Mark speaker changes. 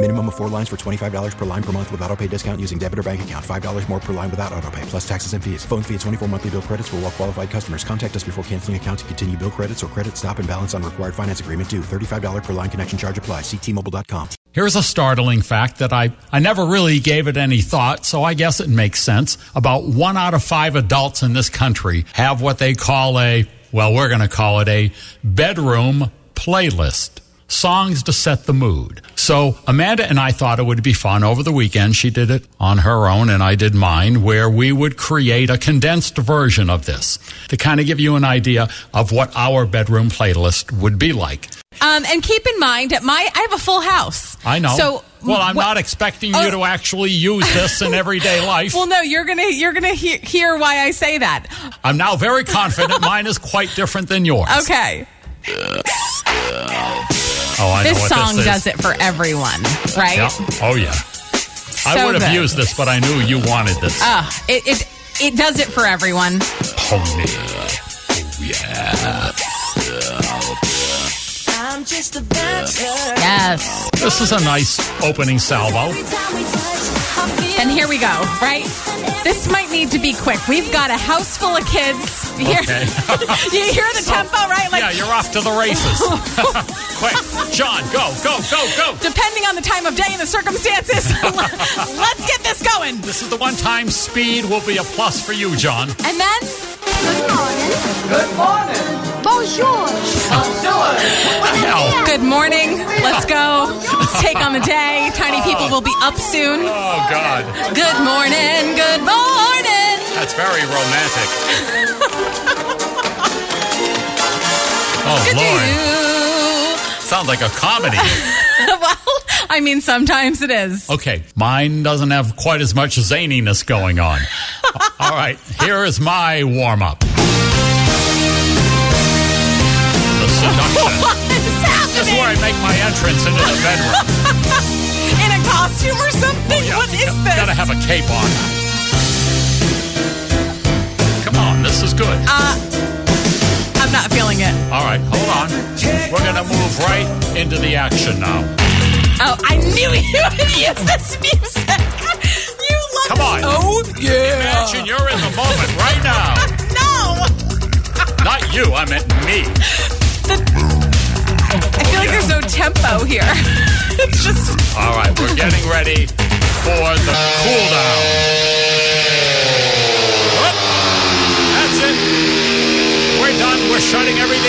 Speaker 1: Minimum of four lines for $25 per line per month with auto pay discount using debit or bank account. $5 more per line without auto pay, plus taxes and fees. Phone fee at 24 monthly bill credits for all well qualified customers. Contact us before canceling account to continue bill credits or credit stop and balance on required finance agreement due. $35 per line connection charge apply. Ctmobile.com.
Speaker 2: Here's a startling fact that I, I never really gave it any thought, so I guess it makes sense. About one out of five adults in this country have what they call a, well, we're going to call it a bedroom playlist songs to set the mood. So Amanda and I thought it would be fun over the weekend. She did it on her own and I did mine where we would create a condensed version of this to kind of give you an idea of what our bedroom playlist would be like.
Speaker 3: Um, and keep in mind, my I have a full house.
Speaker 2: I know.
Speaker 3: So
Speaker 2: well, I'm wh- not expecting you oh. to actually use this in everyday life.
Speaker 3: well, no, you're gonna you're gonna he- hear why I say that.
Speaker 2: I'm now very confident mine is quite different than yours.
Speaker 3: Okay.
Speaker 2: Oh,
Speaker 3: this
Speaker 2: song
Speaker 3: this does it for everyone, right?
Speaker 2: Yeah. Oh yeah. So I would have good. used this, but I knew you wanted this.
Speaker 3: Uh, it, it it does it for everyone.
Speaker 2: Pony. Oh yeah.
Speaker 3: I'm just a bachelor. Yes.
Speaker 2: This is a nice opening salvo.
Speaker 3: And here we go, right? This might need to be quick. We've got a house full of kids. You hear,
Speaker 2: okay.
Speaker 3: you hear the so, tempo, right?
Speaker 2: Like, yeah, you're off to the races. quick. John, go, go, go, go.
Speaker 3: Depending on the time of day and the circumstances, let's get this going.
Speaker 2: This is the one time speed will be a plus for you, John.
Speaker 3: And then.
Speaker 4: Good morning.
Speaker 5: Good morning.
Speaker 4: Bonjour.
Speaker 2: How's
Speaker 3: it Good morning. Let's go. Let's take on the day. Tiny people will be up soon.
Speaker 2: Oh, God.
Speaker 3: Good morning. Good morning.
Speaker 2: That's very romantic. oh,
Speaker 3: Good
Speaker 2: Lord. Sounds like a comedy.
Speaker 3: well, I mean, sometimes it is.
Speaker 2: Okay, mine doesn't have quite as much zaniness going on. All right, here is my warm up. The seduction.
Speaker 3: What is happening?
Speaker 2: This is where I make my entrance into the bedroom.
Speaker 3: In a costume or something?
Speaker 2: Oh, yeah.
Speaker 3: What is
Speaker 2: you
Speaker 3: this?
Speaker 2: Gotta have a cape on. Come on, this is good.
Speaker 3: Uh, I'm not feeling it.
Speaker 2: All right, hold on. We're gonna move right into the action now.
Speaker 3: Oh, I knew you would use this music.
Speaker 2: Come on.
Speaker 3: Oh, yeah.
Speaker 2: Imagine you're in the moment right now.
Speaker 3: no.
Speaker 2: Not you, I meant me.
Speaker 3: The, I feel like there's no tempo here. it's just.
Speaker 2: All right, we're getting ready for the cool down. Oh, that's it. We're done. We're shutting everything